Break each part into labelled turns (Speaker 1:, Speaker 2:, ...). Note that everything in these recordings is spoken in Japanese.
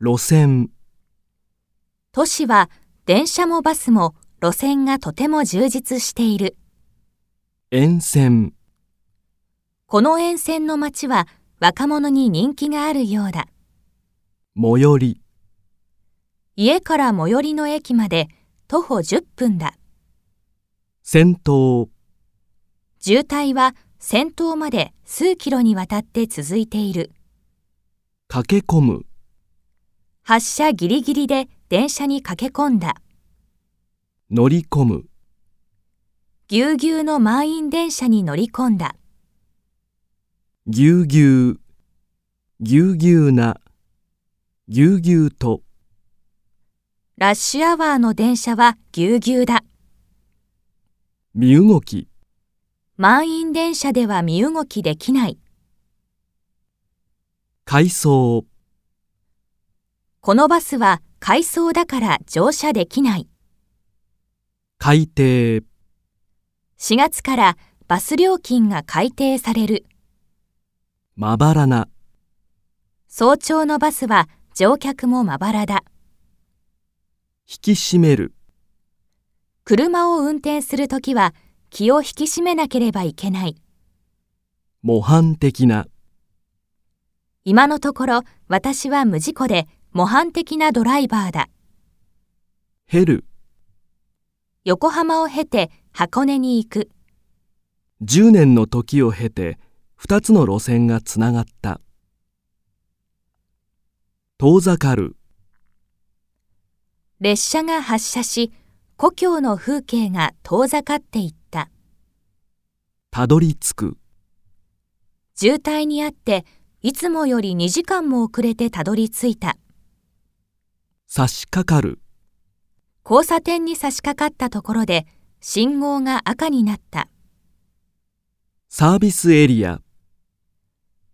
Speaker 1: 路線、
Speaker 2: 都市は電車もバスも路線がとても充実している。
Speaker 1: 沿線、
Speaker 2: この沿線の街は若者に人気があるようだ。
Speaker 1: 最寄り、
Speaker 2: 家から最寄りの駅まで徒歩10分だ。
Speaker 1: 先頭、
Speaker 2: 渋滞は先頭まで数キロにわたって続いている。
Speaker 1: 駆け込む、
Speaker 2: 発車ギリギリで電車に駆け込んだ。
Speaker 1: 乗り込む、
Speaker 2: ぎゅうぎゅうの満員電車に乗り込んだ。
Speaker 1: ぎゅうぎゅう、ぎゅうぎゅうな、ぎゅうぎゅうと、
Speaker 2: ラッシュアワーの電車はぎゅうぎゅうだ。
Speaker 1: 身動き、
Speaker 2: 満員電車では身動きできない。
Speaker 1: 階層、
Speaker 2: このバスは回送だから乗車できない。
Speaker 1: 海底、
Speaker 2: 4月からバス料金が改定される。
Speaker 1: まばらな、
Speaker 2: 早朝のバスは乗客もまばらだ。
Speaker 1: 引き締める、
Speaker 2: 車を運転するときは気を引き締めなければいけない。
Speaker 1: 模範的な、
Speaker 2: 今のところ私は無事故で模範的なドライバーだ。
Speaker 1: 減る、
Speaker 2: 横浜を経て箱根に行く。
Speaker 1: 10年の時を経て、2つの路線がつながった。遠ざかる、
Speaker 2: 列車が発車し、故郷の風景が遠ざかっていった。
Speaker 1: たどり着く、
Speaker 2: 渋滞にあって、いつもより2時間も遅れてたどり着いた。
Speaker 1: 差し掛かる、
Speaker 2: 交差点に差し掛かったところで、信号が赤になった。
Speaker 1: サービスエリア、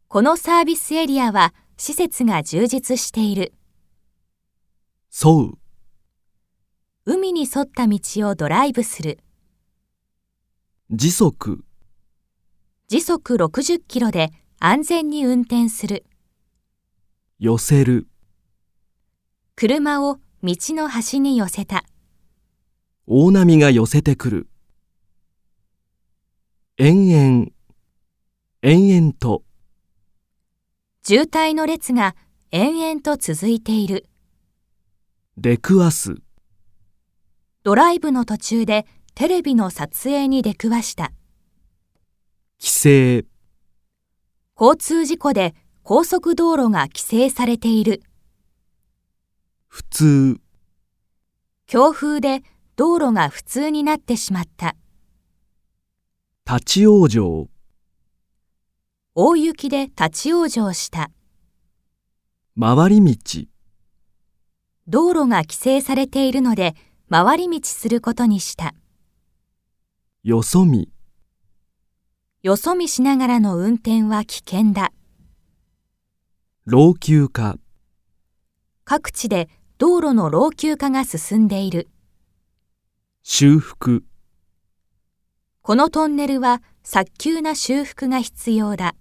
Speaker 2: このサービスエリアは施設が充実している。
Speaker 1: 沿う、
Speaker 2: 海に沿った道をドライブする。
Speaker 1: 時速、
Speaker 2: 時速60キロで安全に運転する。
Speaker 1: 寄せる、
Speaker 2: 車を道の端に寄せた。
Speaker 1: 大波が寄せてくる。延々、延々と、
Speaker 2: 渋滞の列が延々と続いている。
Speaker 1: 出くわす、
Speaker 2: ドライブの途中でテレビの撮影に出くわした。
Speaker 1: 規制、
Speaker 2: 交通事故で高速道路が規制されている。
Speaker 1: 普通、
Speaker 2: 強風で道路が普通になってしまった。
Speaker 1: 立ち往生、
Speaker 2: 大雪で立ち往生した。
Speaker 1: 回り道、
Speaker 2: 道路が規制されているので、回り道することにした。
Speaker 1: よそ見、
Speaker 2: よそ見しながらの運転は危険だ。
Speaker 1: 老朽化、
Speaker 2: 各地で道路の老朽化が進んでいる。
Speaker 1: 修復。
Speaker 2: このトンネルは早急な修復が必要だ。